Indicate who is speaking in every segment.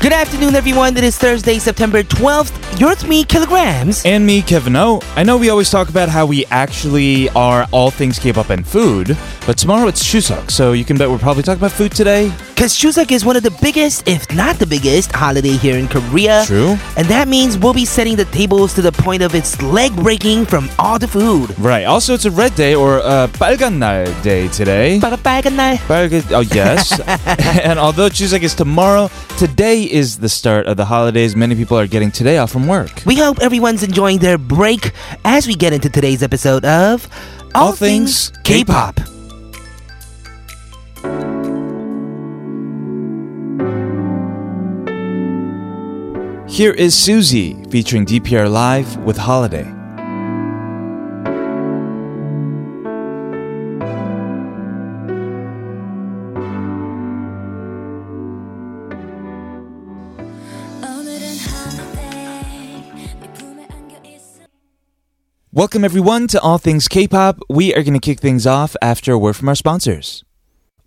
Speaker 1: Good afternoon, everyone. It is Thursday, September 12th. You're with me, Kilograms.
Speaker 2: And me, Kevin O. I know we always talk about how we actually are all things K-pop and food, but tomorrow it's Chuseok, so you can bet we're probably talking about food today.
Speaker 1: Because Chuseok is one of the biggest, if not the biggest, holiday here in Korea.
Speaker 2: True.
Speaker 1: And that means we'll be setting the tables to the point of its leg breaking from all the food.
Speaker 2: Right. Also, it's a red day or uh, 빨간 날 day today.
Speaker 1: 빨간 날.
Speaker 2: 빨간. Oh yes. and although Chuseok is tomorrow, today is the start of the holidays. Many people are getting today off from work.
Speaker 1: We hope everyone's enjoying their break as we get into today's episode of
Speaker 2: All Things K-Pop. Here is Susie featuring DPR Live with Holiday.
Speaker 3: 오늘은 holiday 네 품에 안겨 있어
Speaker 2: Welcome everyone to All Things K-pop. We are going to kick things off after a word from our sponsors.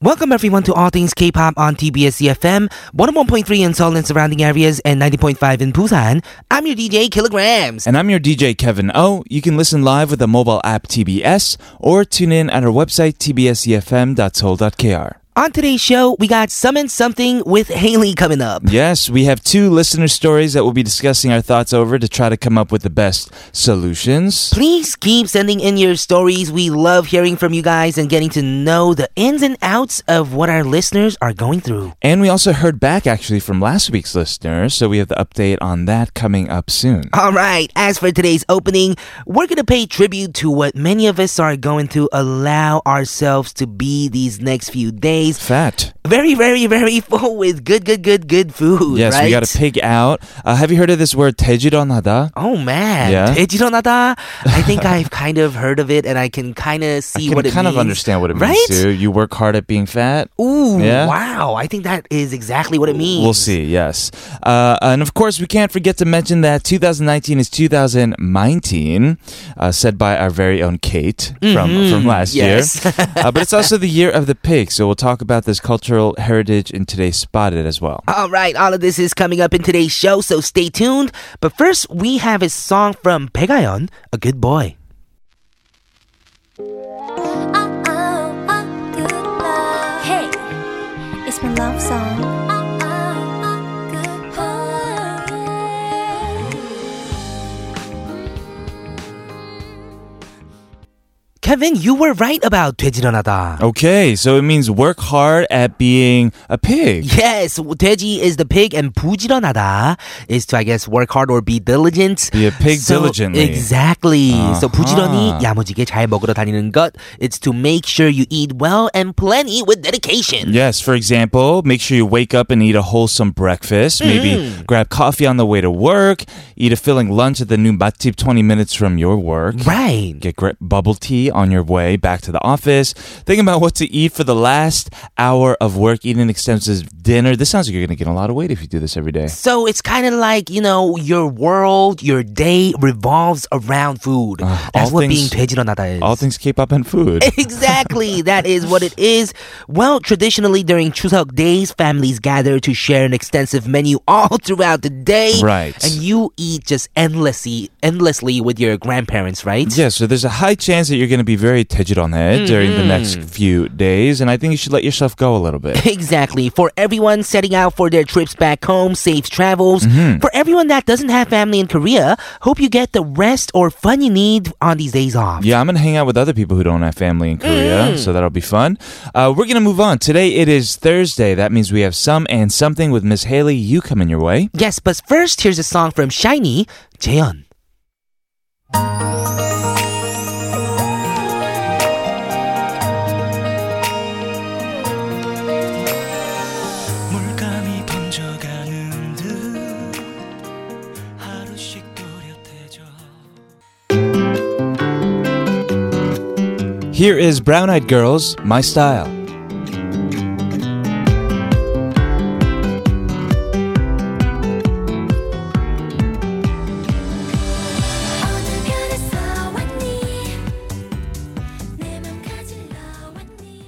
Speaker 1: Welcome everyone to All Things K-Pop on TBS EFM, 101.3 in Seoul and surrounding areas and 90.5 in Busan. I'm your DJ Kilograms.
Speaker 2: And I'm your DJ Kevin O. You can listen live with the mobile app TBS or tune in at our website E tbsefm.soul.kr.
Speaker 1: On today's show, we got Summon Something with Haley coming up.
Speaker 2: Yes, we have two listener stories that we'll be discussing our thoughts over to try to come up with the best solutions.
Speaker 1: Please keep sending in your stories. We love hearing from you guys and getting to know the ins and outs of what our listeners are going through.
Speaker 2: And we also heard back actually from last week's listeners, so we have the update on that coming up soon.
Speaker 1: All right, as for today's opening, we're going to pay tribute to what many of us are going to allow ourselves to be these next few days.
Speaker 2: Fat.
Speaker 1: Very, very, very full with good, good, good, good food.
Speaker 2: Yes,
Speaker 1: right?
Speaker 2: we got to pig out. Uh, have you heard of this word tejironhada?
Speaker 1: Oh man,
Speaker 2: Yeah.
Speaker 1: 돼지런하다. I think I've kind of heard of it, and I can kind of see
Speaker 2: I can
Speaker 1: what it
Speaker 2: kind
Speaker 1: means.
Speaker 2: of understand what it means
Speaker 1: right?
Speaker 2: too. You work hard at being fat.
Speaker 1: Ooh,
Speaker 2: Yeah.
Speaker 1: wow. I think that is exactly what it means.
Speaker 2: We'll see, yes. Uh, and of course, we can't forget to mention that 2019 is 2019, uh, said by our very own Kate from, from last
Speaker 1: Mm-hmm. yes.
Speaker 2: year. uh, but it's also the year of the pig, so we'll talk about this cultural heritage in today's Spotted as well.
Speaker 1: All right, all of this is coming up in today's show, so stay tuned. But first, we have a song from Baekhyun, A Good Boy.
Speaker 3: Oh oh oh good love Hey It's my love song Oh oh oh good
Speaker 1: Kevin, you were right about 돼지런하다.
Speaker 2: Okay, so it means work hard at being a pig.
Speaker 1: Yes, 돼지 is the pig and 부지런하다 is to, I guess, work hard or be diligent.
Speaker 2: Be a pig diligently.
Speaker 1: Exactly. So
Speaker 2: Uh-huh.
Speaker 1: 부지런히 야무지게 잘 먹으러 다니는 것. It's to make sure you eat well and plenty with dedication.
Speaker 2: Yes, for example, make sure you wake up and eat a wholesome breakfast. Maybe
Speaker 1: Mm.
Speaker 2: grab coffee on the way to work, eat a filling lunch at the new matip 20 minutes from your work.
Speaker 1: Right.
Speaker 2: Get gre- bubble tea on your way back to the office. Think about what to eat for the last hour of work, eat an extensive dinner. This sounds like you're going to get a lot of weight if you do this every day.
Speaker 1: So it's kind of like, you know, your world, your day revolves around food. That's
Speaker 2: Uh, all
Speaker 1: what being
Speaker 2: things-
Speaker 1: 돼지런하다 is.
Speaker 2: All things K-pop and food.
Speaker 1: exactly. That is what it is. Well, traditionally during Chuseok days, families gather to share an extensive menu all throughout the day.
Speaker 2: Right.
Speaker 1: And you eat just endlessly, endlessly with your grandparents, right?
Speaker 2: Yeah, so there's a high chance that you're going to be very tejironhe during the next few days, and I think you should let yourself go a little bit.
Speaker 1: Exactly. For everyone setting out for their trips back home, safe travels.
Speaker 2: Mm-hmm.
Speaker 1: For everyone that doesn't have family in Korea, hope you get the rest or fun you need on these days off.
Speaker 2: Yeah, I'm gonna hang out with other people who don't have family in Korea, so that'll be fun. Uh, we're gonna move on. Today it is Thursday. That means we have some and something with Miss Haley. You coming your way?
Speaker 1: Yes, but first, here's a song from Shiny, 재현.
Speaker 4: 물감이 번져가는 듯 하루씩 또렷해져
Speaker 2: Here is Brown Eyed Girls, My Style.
Speaker 3: 어느 별에서 왔니 내맘 가질러 왔니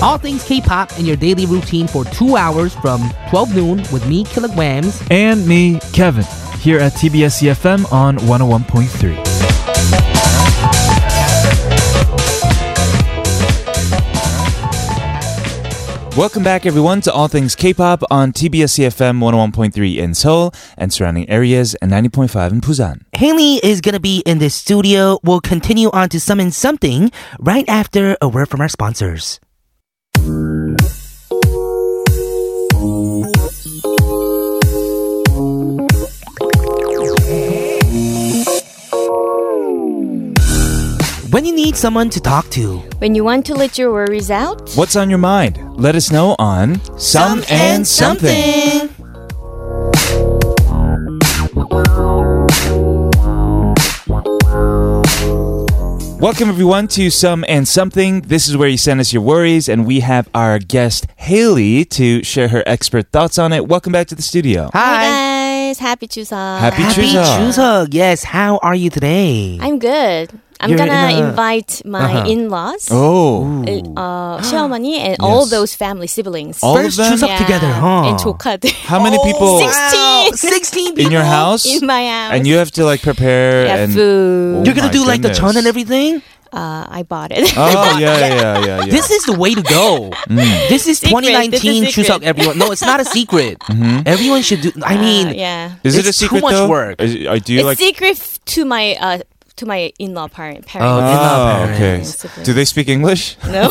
Speaker 1: Koreans K-pop in your daily routine for two hours from 12 noon with me, Kilograms.
Speaker 5: And me, Kevin, here at TBS EFM on 101.3.
Speaker 2: Welcome back, everyone, to All Things K-pop on TBS EFM 101.3 in Seoul and surrounding areas, and 90.5 in Busan.
Speaker 1: Haley is gonna be in the studio. We'll continue on to summon something right after a word from our sponsors. When you need someone to talk to.
Speaker 6: When you want to let your worries out,
Speaker 2: What's on your mind? Let us know on Some and Something. Welcome, everyone, to Some and Something. This is where you send us your worries, and we have our guest, Haley, to share her expert thoughts on it. Welcome back to the studio.
Speaker 1: Hi.
Speaker 6: guys, happy Chuseok.
Speaker 2: Happy
Speaker 1: Happy
Speaker 2: Chuseok.
Speaker 1: Chuseok. Yes, how are you today?
Speaker 6: I'm good. I'm
Speaker 2: You're
Speaker 6: gonna
Speaker 2: in a-
Speaker 6: invite my in-laws,
Speaker 2: Oh.
Speaker 6: uh, 시어머니, and all
Speaker 2: Yes.
Speaker 6: those family siblings.
Speaker 2: All
Speaker 1: First
Speaker 2: of them?
Speaker 1: Chuseok together, huh?
Speaker 6: And 조카들.
Speaker 2: How many people
Speaker 6: 16.
Speaker 1: 16 people.
Speaker 2: in your house?
Speaker 6: in my house.
Speaker 2: And you have to like prepare
Speaker 6: yeah,
Speaker 2: and.
Speaker 6: food.
Speaker 1: You're gonna
Speaker 2: Oh my
Speaker 1: do like the
Speaker 2: goodness.
Speaker 1: ton and everything?
Speaker 6: Uh, I bought it.
Speaker 2: Oh, yeah, yeah, yeah, yeah. Mm. yeah.
Speaker 1: This is the way to go. This is
Speaker 6: Secret.
Speaker 1: 2019
Speaker 6: It's a secret.
Speaker 1: Chuseok, everyone. No, it's not a secret.
Speaker 2: Mm-hmm.
Speaker 1: Everyone should do. I mean,
Speaker 6: Uh, yeah.
Speaker 2: Is it
Speaker 1: It's
Speaker 2: a
Speaker 1: too
Speaker 2: secret
Speaker 1: much
Speaker 2: though?
Speaker 1: work.
Speaker 2: Is, uh, do you
Speaker 6: it's
Speaker 2: like?
Speaker 6: secret f- to my uh, to my in-law parent.
Speaker 1: Oh,
Speaker 2: Oh,
Speaker 6: parents.
Speaker 1: Yeah,
Speaker 2: okay.
Speaker 6: secret.
Speaker 2: Do they speak English?
Speaker 6: no.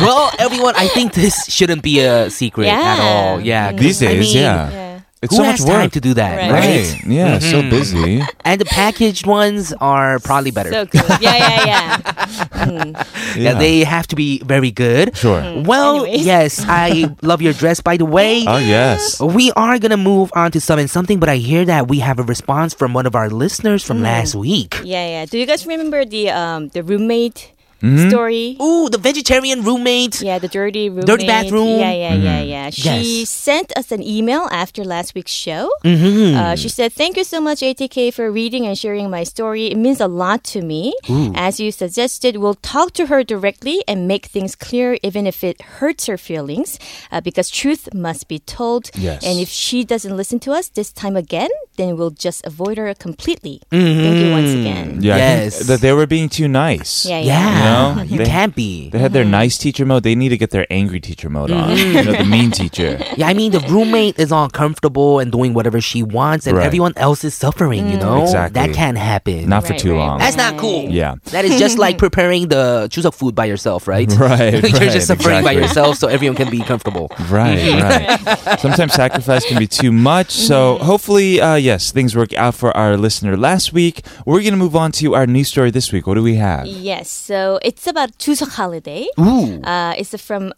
Speaker 1: well, everyone, I think this shouldn't be a secret at
Speaker 6: Yeah.
Speaker 1: all. Yeah, 'cause
Speaker 2: These
Speaker 1: I
Speaker 2: days,
Speaker 1: mean,
Speaker 2: yeah.
Speaker 6: yeah.
Speaker 2: It's
Speaker 1: Who
Speaker 2: so
Speaker 1: has
Speaker 2: much work
Speaker 1: time to do that,
Speaker 6: Right.
Speaker 1: right? Mm-hmm.
Speaker 2: Right. Yeah, so busy.
Speaker 1: And the packaged ones are probably better.
Speaker 6: So good. Yeah, yeah, yeah. Mm.
Speaker 1: yeah. they Mm-hmm. have to be very good.
Speaker 2: Sure.
Speaker 1: Well,
Speaker 6: Anyways.
Speaker 1: yes, I love your dress. By the way,
Speaker 2: Oh yes.
Speaker 1: We are gonna move on to some and something, but I hear that we have a response from one of our listeners from last week.
Speaker 6: Yeah, yeah. Do you guys remember the um the roommate
Speaker 2: Mm-hmm.
Speaker 6: story?
Speaker 1: Ooh, the vegetarian roommate.
Speaker 6: Yeah, the dirty roommate.
Speaker 1: bathroom.
Speaker 6: Yeah, yeah, yeah, yeah. She
Speaker 1: Yes.
Speaker 6: sent us an email after last week's show.
Speaker 1: Mhm.
Speaker 6: Uh, she said, Thank you so much, ATK, for reading and sharing my story. It means a lot to me. As you suggested, we'll talk to her directly and make things clear, even if it hurts her feelings, uh, because truth must be told.
Speaker 2: Yes.
Speaker 6: And if she doesn't listen to us this time again, then we'll just avoid her completely. Thank you once again.
Speaker 2: Yeah. I think
Speaker 1: Yes.
Speaker 2: That they were being too nice.
Speaker 6: Yeah, yeah.
Speaker 1: Yeah,
Speaker 2: You know,
Speaker 1: you
Speaker 2: they-
Speaker 1: can't be.
Speaker 2: They had their nice teacher mode. They need to get their angry teacher mode on. You know, the
Speaker 1: Mm-hmm.
Speaker 2: mean teacher.
Speaker 1: Yeah, I mean the roommate is all comfortable and doing whatever she wants, and
Speaker 2: Right.
Speaker 1: everyone else is suffering. You know
Speaker 2: Exactly.
Speaker 1: that can't happen.
Speaker 2: Not for
Speaker 6: Right,
Speaker 2: too
Speaker 6: right,
Speaker 2: long.
Speaker 6: right.
Speaker 1: That's not cool.
Speaker 2: Yeah.
Speaker 1: That is just like preparing the chuseok food by yourself, right? You're
Speaker 2: Right, right,
Speaker 1: just suffering by
Speaker 2: exactly.
Speaker 1: yourself, so everyone can be comfortable.
Speaker 2: Right, right. Sometimes sacrifice can be too much.
Speaker 1: Mm-hmm.
Speaker 2: So hopefully, uh, yes, things work out for our listener last week. We're going to move on to our news story this week. What do we have?
Speaker 6: Yes, so it's about Chuseok holiday.
Speaker 1: Ooh.
Speaker 6: Uh, it's from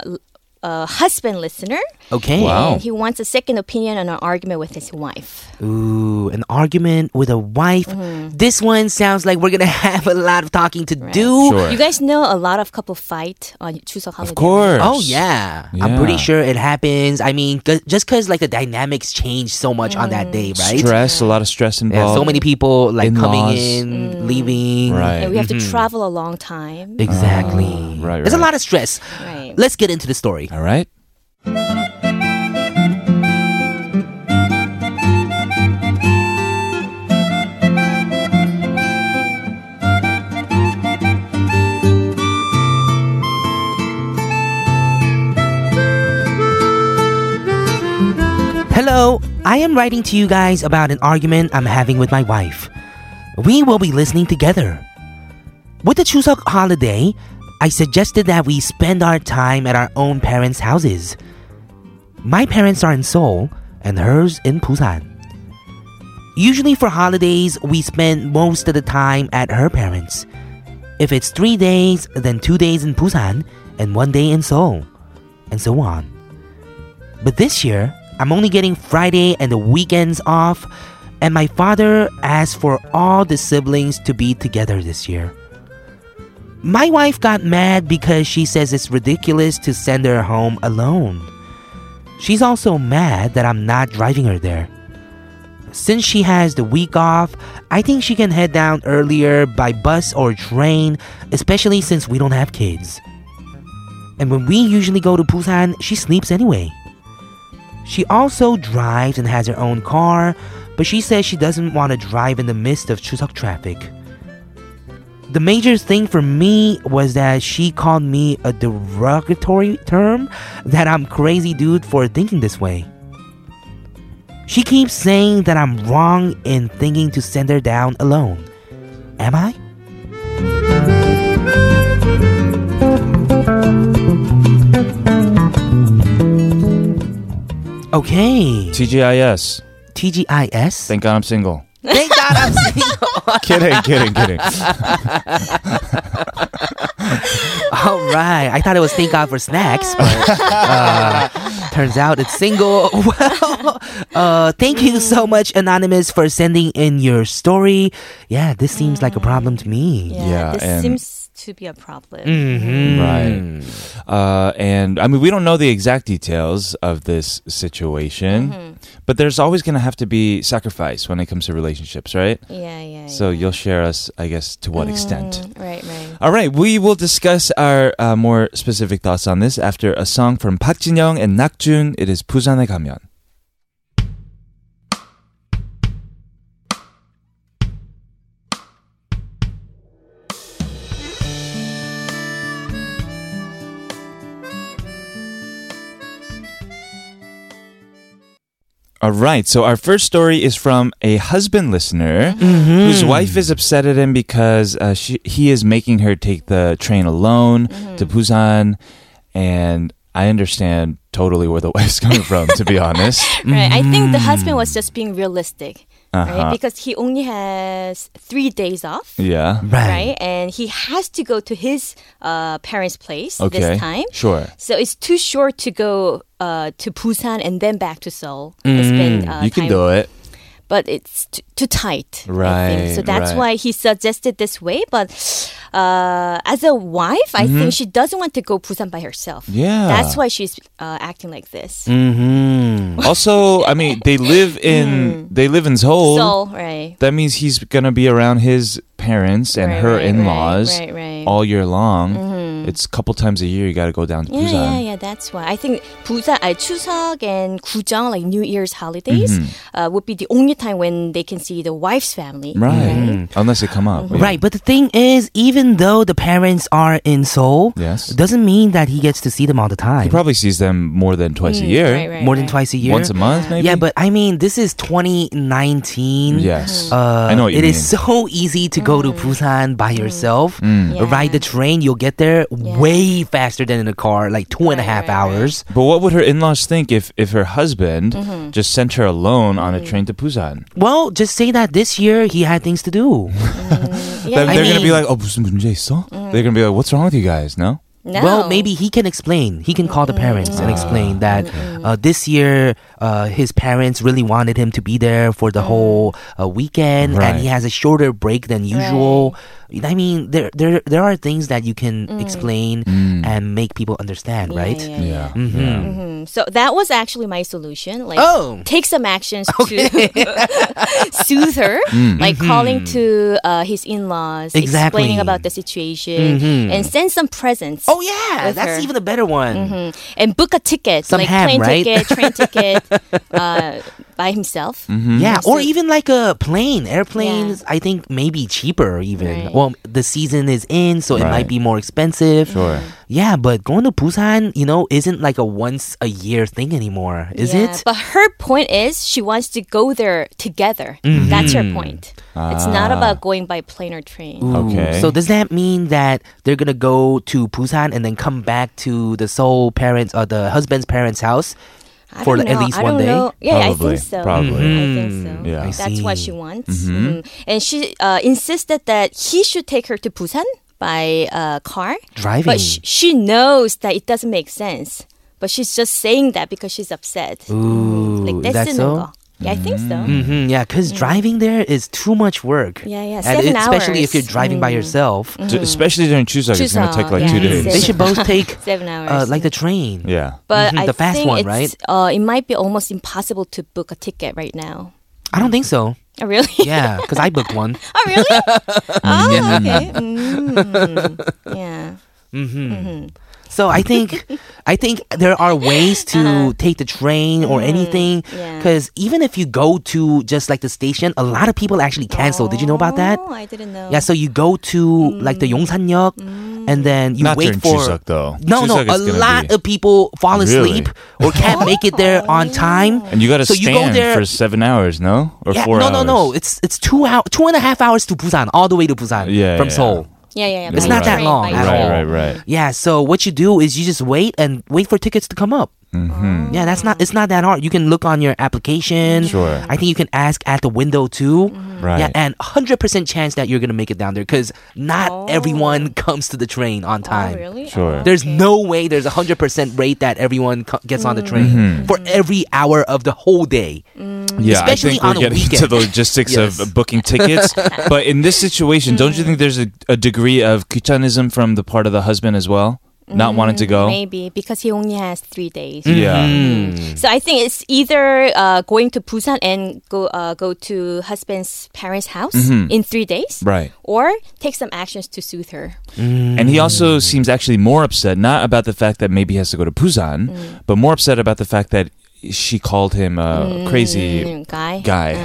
Speaker 6: a husband listener.
Speaker 1: Okay.
Speaker 2: Wow.
Speaker 6: And he wants a second opinion on an argument with his wife.
Speaker 1: Ooh, an argument with a wife. This one sounds like we're gonna have a lot of talking to do.
Speaker 2: Sure.
Speaker 6: You guys know a lot of couple fight on Chuseok
Speaker 2: of
Speaker 6: holiday.
Speaker 2: course.
Speaker 1: Oh yeah. I'm
Speaker 2: Yeah.
Speaker 1: pretty sure it happens. I mean, 'cause- just because like the dynamics change so much on that day, right?
Speaker 2: Stress, a lot of stress
Speaker 1: Yeah,
Speaker 2: involved.
Speaker 1: so many people like coming in,
Speaker 2: In-laws.
Speaker 1: leaving.
Speaker 2: Right. Uh,
Speaker 6: And we have to travel a long time.
Speaker 1: Exactly.
Speaker 2: right,
Speaker 1: There's a
Speaker 2: right.
Speaker 1: lot of stress.
Speaker 6: Right.
Speaker 1: Let's get into the story.
Speaker 2: All right.
Speaker 1: Hello, I am writing to you guys about an argument I'm having with my wife. We will be listening together. With the Chuseok holiday, I suggested that we spend our time at our own parents' houses. My parents are in Seoul and hers in Busan. Usually for holidays, we spend most of the time at her parents. If it's three days, then two days in Busan and one day in Seoul, and so on. But this year, I'm only getting Friday and the weekends off, and my father asked for all the siblings to be together this year. My wife got mad because she says it's ridiculous to send her home alone. She's also mad that I'm not driving her there. Since she has the week off, I think she can head down earlier by bus or train, especially since we don't have kids. And when we usually go to Busan, she sleeps anyway. She also drives and has her own car, but she says she doesn't want to drive in the midst of Chuseok traffic. The major thing for me was that she called me a derogatory term that I'm crazy dude for thinking this way. She keeps saying that I'm wrong in thinking to send her down alone. Am I? Okay.
Speaker 2: TGIS.
Speaker 1: TGIS?
Speaker 2: Thank God I'm single.
Speaker 1: Thank God I'm single.
Speaker 2: kidding, kidding, kidding.
Speaker 1: All right. I thought it was thank God for snacks, but uh, turns out it's single. Well, uh, thank you so much, Anonymous, for sending in your story. Yeah, this seems like a problem to me.
Speaker 6: Yeah,
Speaker 2: Yeah,
Speaker 6: this
Speaker 2: and-
Speaker 6: seems to be a problem.
Speaker 1: Mm-hmm.
Speaker 2: Right. Uh, and I mean, we don't know the exact details of this situation, but there's always going to have to be sacrifice when it comes to relationships, right?
Speaker 6: Yeah, yeah.
Speaker 2: So
Speaker 6: yeah.
Speaker 2: you'll share us, I guess, to what extent.
Speaker 6: Mm, Right, right.
Speaker 2: All right, we will discuss our uh, more specific thoughts on this after a song from Park Jin Young and Nakjun. It is 부산에 가면. All right, so our first story is from a husband listener whose
Speaker 6: Mm.
Speaker 2: wife is upset at him because uh, she, he is making her take the train alone
Speaker 6: Mm-hmm.
Speaker 2: to Busan. And I understand totally where the wife's coming from, to be honest.
Speaker 6: Right. I think the husband was just being realistic, right?
Speaker 2: Uh-huh.
Speaker 6: Because he only has three days off.
Speaker 2: Yeah.
Speaker 6: right? And he has to go to his uh, parents' place
Speaker 2: Okay.
Speaker 6: this time.
Speaker 2: Sure.
Speaker 6: So it's too short to go uh, to Busan and then back to Seoul. and spend, uh,
Speaker 2: Mm, you can
Speaker 6: time-
Speaker 2: do it.
Speaker 6: But it's t- too tight. I think. So
Speaker 2: Right,
Speaker 6: that's
Speaker 2: right.
Speaker 6: why he suggested this way. But uh, as a wife, I think she doesn't want to go Busan by herself.
Speaker 2: Mm-hmm. Yeah.
Speaker 6: That's why she's uh, acting like this.
Speaker 1: Mm-hmm.
Speaker 2: Also, I mean, they live
Speaker 6: Mm.
Speaker 2: in they live in Seoul.
Speaker 6: Seoul, right.
Speaker 2: that means he's gonna be around his parents and
Speaker 6: Right,
Speaker 2: her
Speaker 6: right,
Speaker 2: in-laws
Speaker 6: right, right, right.
Speaker 2: all year long. It's a couple times a year you gotta go down to
Speaker 6: Yeah,
Speaker 2: Busan.
Speaker 6: yeah, yeah. That's why I think Busan, uh, Chuseok and Gujang, like New Year's holidays, uh, would be the only time when they can see the wife's family.
Speaker 2: Right. Mm, Unless they come up. yeah.
Speaker 1: Right, but the thing is, even though the parents are in Seoul,
Speaker 2: Yes.
Speaker 1: doesn't mean that he gets to see them all the time.
Speaker 2: He probably sees them more than twice a
Speaker 6: Mm,
Speaker 2: year.
Speaker 6: right, right,
Speaker 1: More than
Speaker 6: right.
Speaker 1: twice a year.
Speaker 2: Once a month, maybe?
Speaker 1: Yeah, but I mean, this is 2019.
Speaker 2: Yes.
Speaker 1: Uh,
Speaker 2: I know what you
Speaker 1: it
Speaker 2: mean.
Speaker 1: is so easy to go to Busan by yourself.
Speaker 6: Mm.
Speaker 2: Mm.
Speaker 6: Yeah.
Speaker 1: Ride the train, you'll get there way faster than in a car, like two and a half
Speaker 6: Right, right, right.
Speaker 1: hours.
Speaker 2: but what would her in laws think if, if her husband
Speaker 1: Mm-hmm.
Speaker 2: just sent her alone on
Speaker 1: Mm.
Speaker 2: a train to Busan?
Speaker 1: Well, just say that this year he had things to do.
Speaker 2: Then
Speaker 6: Yeah,
Speaker 2: they're
Speaker 6: yeah.
Speaker 2: going to be like, oh, 무슨 문제 있어?
Speaker 1: Mm.
Speaker 2: They're going to be like, what's wrong with you guys? No?
Speaker 6: No. Mm.
Speaker 1: Well, maybe he can explain. He can call the parents and explain that uh, this year uh, his parents really wanted him to be there for
Speaker 6: Mm.
Speaker 1: the whole uh, weekend, and he
Speaker 2: Right.
Speaker 1: has a shorter break than usual. I mean, there there there are things that you can explain and make people understand,
Speaker 6: Mm. Yeah,
Speaker 1: right?
Speaker 6: yeah, yeah.
Speaker 2: Yeah.
Speaker 6: Mm, So that was actually my solution. Like,
Speaker 1: Oh.
Speaker 6: take some actions to soothe her,
Speaker 2: Mm.
Speaker 6: like calling to uh, his in-laws,
Speaker 1: Mm-hmm. Exactly. Mm-hmm.
Speaker 6: explaining about the situation, and send some presents.
Speaker 1: Oh yeah,
Speaker 6: With
Speaker 1: that's
Speaker 6: her.
Speaker 1: even a better one.
Speaker 6: Mm-hmm. and book a ticket,
Speaker 1: Some
Speaker 6: like
Speaker 1: ham,
Speaker 6: plane
Speaker 1: right?
Speaker 6: ticket, train ticket, uh, by himself.
Speaker 2: Mm-hmm.
Speaker 1: Yeah, or even like a plane. Airplanes, I think, may be cheaper even.
Speaker 6: Right.
Speaker 1: Well, the season is in, so it might
Speaker 2: Right.
Speaker 1: be more expensive.
Speaker 2: Sure.
Speaker 1: Yeah, but going to Busan, you know, isn't like a once a year thing anymore, is
Speaker 6: Yeah,
Speaker 1: it?
Speaker 6: But her point is she wants to go there together.
Speaker 1: Mm-hmm.
Speaker 6: That's her point. It's not about going by plane or train.
Speaker 1: Ah. Ooh,
Speaker 2: Okay.
Speaker 1: So does that mean that they're gonna go to Busan and then come back to the Seoul parents or the husband's parents' house?
Speaker 6: I
Speaker 1: for
Speaker 6: don't
Speaker 1: at
Speaker 6: know.
Speaker 1: least
Speaker 6: I
Speaker 1: one
Speaker 6: don't
Speaker 1: day? Mm-hmm.
Speaker 6: know. Yeah, I
Speaker 2: Probably,
Speaker 6: think so.
Speaker 2: probably.
Speaker 6: I think so.
Speaker 2: Yeah. I
Speaker 6: That's what
Speaker 1: see. Mm-hmm.
Speaker 6: she wants. Mhm. And she uh, insisted that he should take her to Busan by uh, car.
Speaker 1: Driving.
Speaker 6: But sh- she knows that it doesn't make sense. But she's just saying that because she's upset.
Speaker 1: Ooh,
Speaker 6: like
Speaker 1: is
Speaker 6: that's
Speaker 1: that so?
Speaker 6: Yeah, I think so.
Speaker 1: hmm yeah, because driving there is too much work.
Speaker 6: Mm. Yeah, yeah,
Speaker 1: And
Speaker 6: seven
Speaker 1: especially if
Speaker 6: hours. Mm.
Speaker 1: you're driving by yourself.
Speaker 2: D- especially during Chuseok, it's going to
Speaker 6: Chuseok,
Speaker 2: take like
Speaker 6: yeah,
Speaker 2: two
Speaker 6: it's
Speaker 2: days.
Speaker 1: Mm-hmm. They should both take
Speaker 6: Seven hours.
Speaker 1: uh, like the train.
Speaker 2: yeah.
Speaker 6: But
Speaker 1: Mhm,
Speaker 6: I
Speaker 1: the fast
Speaker 6: think
Speaker 1: one,
Speaker 6: it's,
Speaker 1: right?
Speaker 6: Uh, it might be almost impossible to book a ticket right now.
Speaker 1: I don't think so.
Speaker 6: Oh, really?
Speaker 1: Yeah, because I booked one.
Speaker 6: oh, really? oh, okay. Mm. Yeah.
Speaker 1: hmm So I think I think there are ways to take the train or anything
Speaker 6: yeah.
Speaker 1: cuz even if you go to just like the station, a lot of people actually cancel. Did you know about that?
Speaker 6: Oh, I didn't know.
Speaker 1: Yeah, so you go to like the Yongsan-yeok and then you
Speaker 2: Not
Speaker 1: wait
Speaker 2: during
Speaker 1: for
Speaker 2: Chuseok, though.
Speaker 1: No, no,
Speaker 2: Chuseok
Speaker 1: a
Speaker 2: is gonna
Speaker 1: lot
Speaker 2: be-
Speaker 1: of people fall
Speaker 2: Really?
Speaker 1: asleep or can't make it there on time.
Speaker 2: And you got to
Speaker 1: So you go
Speaker 2: stand
Speaker 1: there-
Speaker 2: for seven hours, no? Or
Speaker 1: Yeah,
Speaker 2: four
Speaker 1: no, no,
Speaker 2: hours?
Speaker 1: no. It's it's two hour, two and a half hours to Busan, all the way to Busan
Speaker 2: Yeah,
Speaker 1: from
Speaker 2: yeah.
Speaker 1: Seoul.
Speaker 6: yeah, yeah, yeah.
Speaker 1: It's
Speaker 6: by
Speaker 1: not that
Speaker 6: train,
Speaker 1: long
Speaker 6: by
Speaker 1: at
Speaker 6: train.
Speaker 1: all.
Speaker 2: Right, right, right.
Speaker 1: Yeah, so what you do is you just wait and wait for tickets to come up. Mm-hmm. Yeah, that's not it's not that hard. You can look on your application.
Speaker 2: Sure. Mm-hmm.
Speaker 1: I think you can ask at the window too.
Speaker 2: Right.
Speaker 1: Yeah, and hundred percent chance that you're gonna make it down there because not everyone comes to the train on
Speaker 6: Oh,
Speaker 1: time.
Speaker 6: really?
Speaker 2: Sure.
Speaker 1: There's no way there's a hundred percent rate that everyone co- gets on the
Speaker 6: Mm.
Speaker 1: train
Speaker 2: Mm-hmm.
Speaker 1: for every hour of the whole day.
Speaker 2: Yeah,
Speaker 1: Especially
Speaker 2: I think
Speaker 1: on
Speaker 2: we're
Speaker 1: a
Speaker 2: getting
Speaker 1: weekend.
Speaker 2: to the logistics
Speaker 1: Yes.
Speaker 2: of booking tickets. but in this situation, don't you think there's a, a degree of kuchanism from the part of the husband as well? Not wanting to go?
Speaker 6: Mm, Maybe Mm. because he only has three days.
Speaker 1: Mm.
Speaker 2: Yeah. Mm.
Speaker 6: So I think it's either uh, going to Busan and go uh, go to husband's parents' house
Speaker 1: Mm-hmm.
Speaker 6: in three days,
Speaker 2: Right.
Speaker 6: or take some actions to soothe her.
Speaker 2: And he also seems actually more upset, not about the fact that maybe he has to go to Busan,
Speaker 6: Mm.
Speaker 2: but more upset about the fact that she called him a crazy
Speaker 6: Mm, guy.
Speaker 2: guy.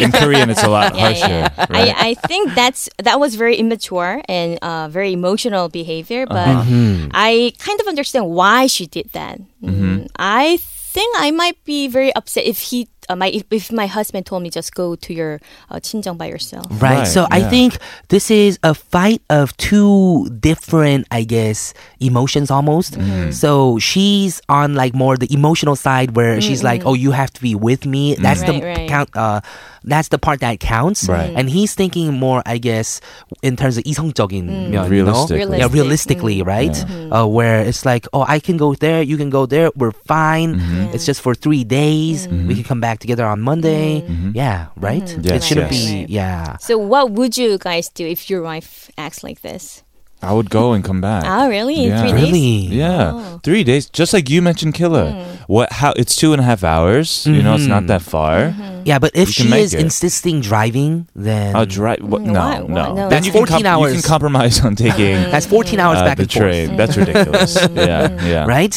Speaker 2: in Korean, it's a lot
Speaker 6: Yeah,
Speaker 2: harsher.
Speaker 6: yeah, yeah.
Speaker 2: Right?
Speaker 6: I, I think that's that was very immature and uh, very emotional behavior, but I kind of understand why she did that. Mm, I think I might be very upset if he uh, my if, if my husband told me just go to your uh, 친정 by yourself.
Speaker 1: Right.
Speaker 2: Right,
Speaker 1: So I
Speaker 2: yeah.
Speaker 1: think this is a fight of two different, I guess, emotions almost. So she's on like more the emotional side where she's like, "Oh, you have to be with me." That's the
Speaker 6: Right, right.
Speaker 1: count. Uh, that's the part that counts.
Speaker 2: Right. Mm.
Speaker 1: And he's thinking more, I guess, in terms of 이성적인
Speaker 6: Mm.
Speaker 1: 면, you know?
Speaker 2: Realistically.
Speaker 1: Yeah,
Speaker 6: Realistic.
Speaker 1: realistically,
Speaker 2: Mm-hmm.
Speaker 1: right? Uh, where it's like, "Oh, I can go there. You can go there. We're fine.
Speaker 2: Mm-hmm.
Speaker 1: It's just for three days. We can come back together on Monday." Yeah. Right. It
Speaker 2: Mm-hmm. Yes,
Speaker 1: shouldn't
Speaker 2: yes.
Speaker 1: be. Yeah.
Speaker 6: Mm-hmm. So what would you guys do if your wife acts like this?
Speaker 2: I would go and come back.
Speaker 6: Oh, really? In
Speaker 2: Yeah.
Speaker 6: three days?
Speaker 1: Really?
Speaker 2: Yeah, three days. Just like you mentioned, killer. What? How? It's two and a half hours. You know, it's
Speaker 1: Hmm.
Speaker 2: not that far.
Speaker 1: Yeah, but if
Speaker 2: You can
Speaker 1: she
Speaker 2: make
Speaker 1: is
Speaker 2: it.
Speaker 1: insisting driving, then
Speaker 2: I'll drive. Hmm, What?
Speaker 6: Mm,
Speaker 2: No,
Speaker 6: why- why-
Speaker 2: no.
Speaker 6: no.
Speaker 2: Then
Speaker 1: That's
Speaker 2: you can
Speaker 1: 14
Speaker 2: You
Speaker 1: hours.
Speaker 2: can compromise on taking
Speaker 1: that's 14 hours
Speaker 2: uh,
Speaker 1: back
Speaker 2: the
Speaker 1: and forth. Mm-hmm.
Speaker 2: train. That's ridiculous. yeah, yeah.
Speaker 1: Right?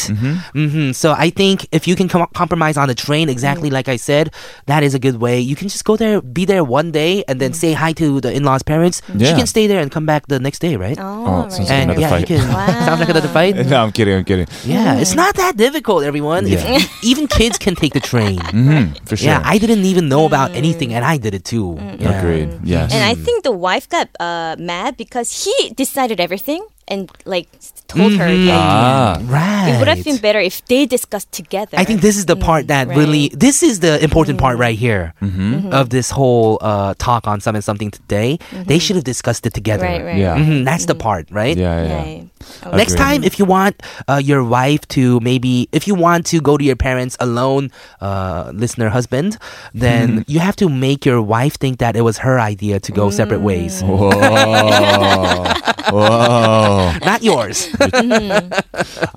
Speaker 1: Mm-hmm. So I think if you can com- compromise on the train, exactly like I said, that is a good way. You can just go there, be there one day, and then say hi to the in law's parents. She
Speaker 2: Yeah.
Speaker 1: can stay there and come back the next day, right?
Speaker 2: it
Speaker 6: Oh,
Speaker 2: sounds
Speaker 6: right.
Speaker 1: and
Speaker 2: another
Speaker 1: yeah, you
Speaker 2: fight.
Speaker 1: can. Sounds like another fight?
Speaker 2: No, I'm kidding. I'm kidding.
Speaker 1: Yeah, it's not that difficult, everyone. If- e-, even kids can take the train.
Speaker 2: hmm for sure.
Speaker 1: Yeah, I didn't even know about
Speaker 6: Mm.
Speaker 1: anything, and I did it too. Yeah.
Speaker 2: agreed. Yes.
Speaker 6: And I think the wife got uh, mad because he decided everything and like told her the idea.
Speaker 2: ah,
Speaker 1: Right.
Speaker 6: It would have Mm, been better if they discussed together.
Speaker 1: I think this is the part that really this is the important part
Speaker 6: Mm-hmm.
Speaker 1: right here
Speaker 2: Mm-hmm.
Speaker 1: of this whole uh, talk on some and something today. They should have discussed it together.
Speaker 6: Right, Mm-hmm. right.
Speaker 2: yeah.
Speaker 6: Mm-hmm.
Speaker 1: Mhm, that's the part, right?
Speaker 2: yeah, yeah,
Speaker 6: Right. Okay.
Speaker 1: Next
Speaker 2: Agreed.
Speaker 1: time, if you want uh, your wife to maybe, if you want to go to your parents alone, uh, listener husband, then you have to make your wife think that it was her idea to go separate ways,
Speaker 2: Whoa, whoa.
Speaker 1: not yours.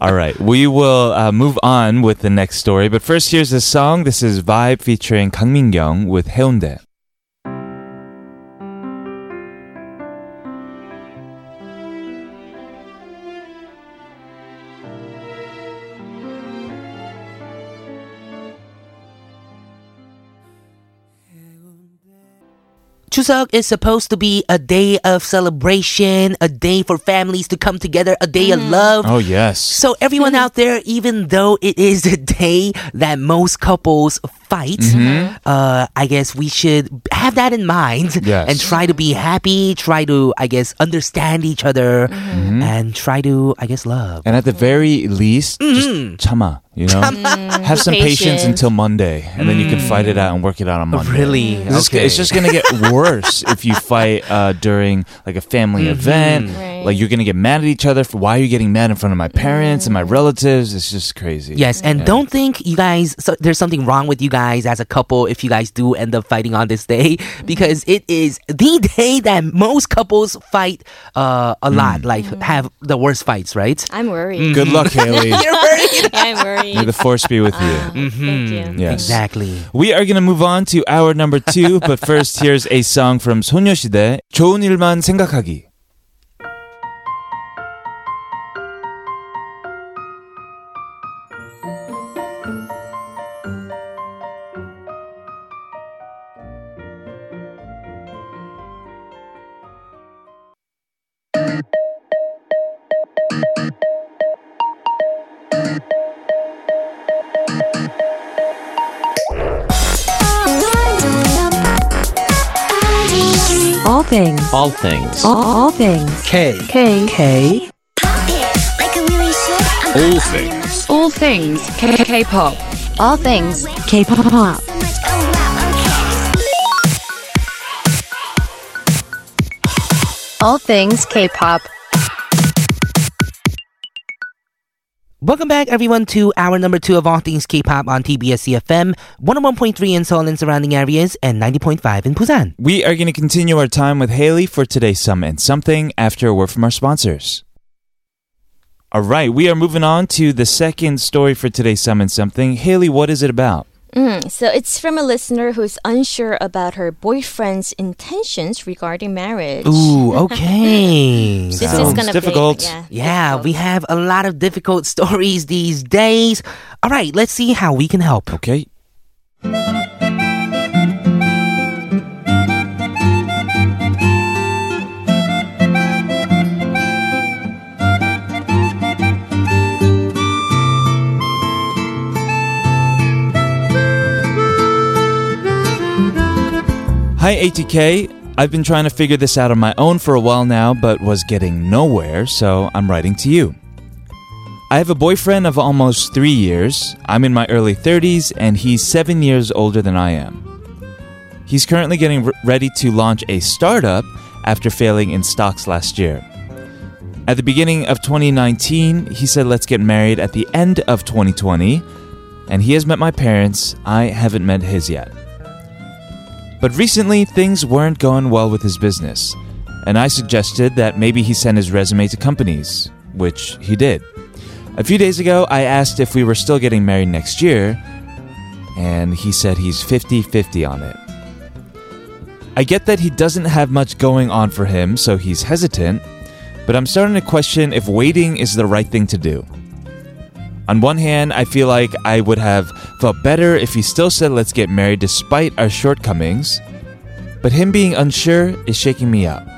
Speaker 2: All right, we will uh, move on with the next story. But first, here's the song. This is Vibe featuring Kang Min Young with Hyundai.
Speaker 1: Chuseok is supposed to be a day of celebration, a day for families to come together, a day of love.
Speaker 2: Oh yes.
Speaker 1: So everyone out there, even though it is the day that most couples fight, uh, I guess we should have that in mind
Speaker 2: Yes.
Speaker 1: and try to be happy, try to, I guess, understand each other, and try to, I guess, love.
Speaker 2: And at the very least, just Mm-hmm. chama, Mm. you know, have some patience
Speaker 6: Mm. Patience.
Speaker 2: until Monday, and then you can fight it out and work it out on Monday.
Speaker 1: Really?
Speaker 2: It's just-
Speaker 1: Okay.
Speaker 2: It's just gonna get worse if you fight uh, during like a family event.
Speaker 6: Right.
Speaker 2: Like you're gonna get mad at each other for why are you getting mad in front of my parents and my
Speaker 6: Mm.
Speaker 2: relatives. It's just crazy.
Speaker 1: Yes, and don't think you guys so there's something wrong with you guys as a couple if you guys do end up fighting on this day because it is the day that most couples fight uh, a lot, like have the worst fights, right?
Speaker 6: I'm worried.
Speaker 1: Mm.
Speaker 2: Good luck, Haley.
Speaker 1: You're worried.
Speaker 6: I'm
Speaker 2: May the
Speaker 6: worried.
Speaker 2: force be with
Speaker 6: Um,
Speaker 2: you.
Speaker 6: Thank you.
Speaker 1: Mm-hmm.
Speaker 2: Yes.
Speaker 1: Exactly.
Speaker 2: We are going to move on to hour number two, but first, here's a song from 소녀시대, 좋은 일만 생각하기.
Speaker 7: All things.
Speaker 8: All things.
Speaker 7: All, all things.
Speaker 8: K.
Speaker 7: K. K.
Speaker 8: All things.
Speaker 7: All things. K. K. Pop. All things. K. Pop.
Speaker 3: Oh,
Speaker 7: All things K. Pop.
Speaker 1: Welcome back, everyone, to hour number two of All Things K-pop on TBS CFM, 101.3 in Seoul and surrounding areas, and 90.5 in Busan.
Speaker 2: We are going to continue our time with Haley for today's Some and Something after a word from our sponsors. All right, we are moving on to the second story for today's Some and Something. Haley, what is it about?
Speaker 6: Mm, so it's from a listener who's unsure about her boyfriend's intentions regarding marriage.
Speaker 1: Ooh, okay.
Speaker 6: This
Speaker 2: Sounds
Speaker 6: is gonna
Speaker 2: difficult.
Speaker 6: Be, yeah,
Speaker 1: yeah,
Speaker 6: difficult.
Speaker 1: we have a lot of difficult stories these days. All right, let's see how we can help.
Speaker 2: Okay. Hi, ATK. I've been trying to figure this out on my own for a while now, but was getting nowhere, so I'm writing to you. I have a boyfriend of almost three years. I'm in my early 30s, and he's seven years older than I am. He's currently getting re- ready to launch a startup after failing in stocks last year. At the beginning of 2019, he said, Let's get married at the end of 2020, and he has met my parents. I haven't met his yet. But recently, things weren't going well with his business, and I suggested that maybe he send his resume to companies, which he did. A few days ago, I asked if we were still getting married next year, and he said he's 50 50 on it. I get that he doesn't have much going on for him, so he's hesitant, but I'm starting to question if waiting is the right thing to do. On one hand, I feel like I would have felt better if he still said let's get married despite our shortcomings, but him being unsure is shaking me up.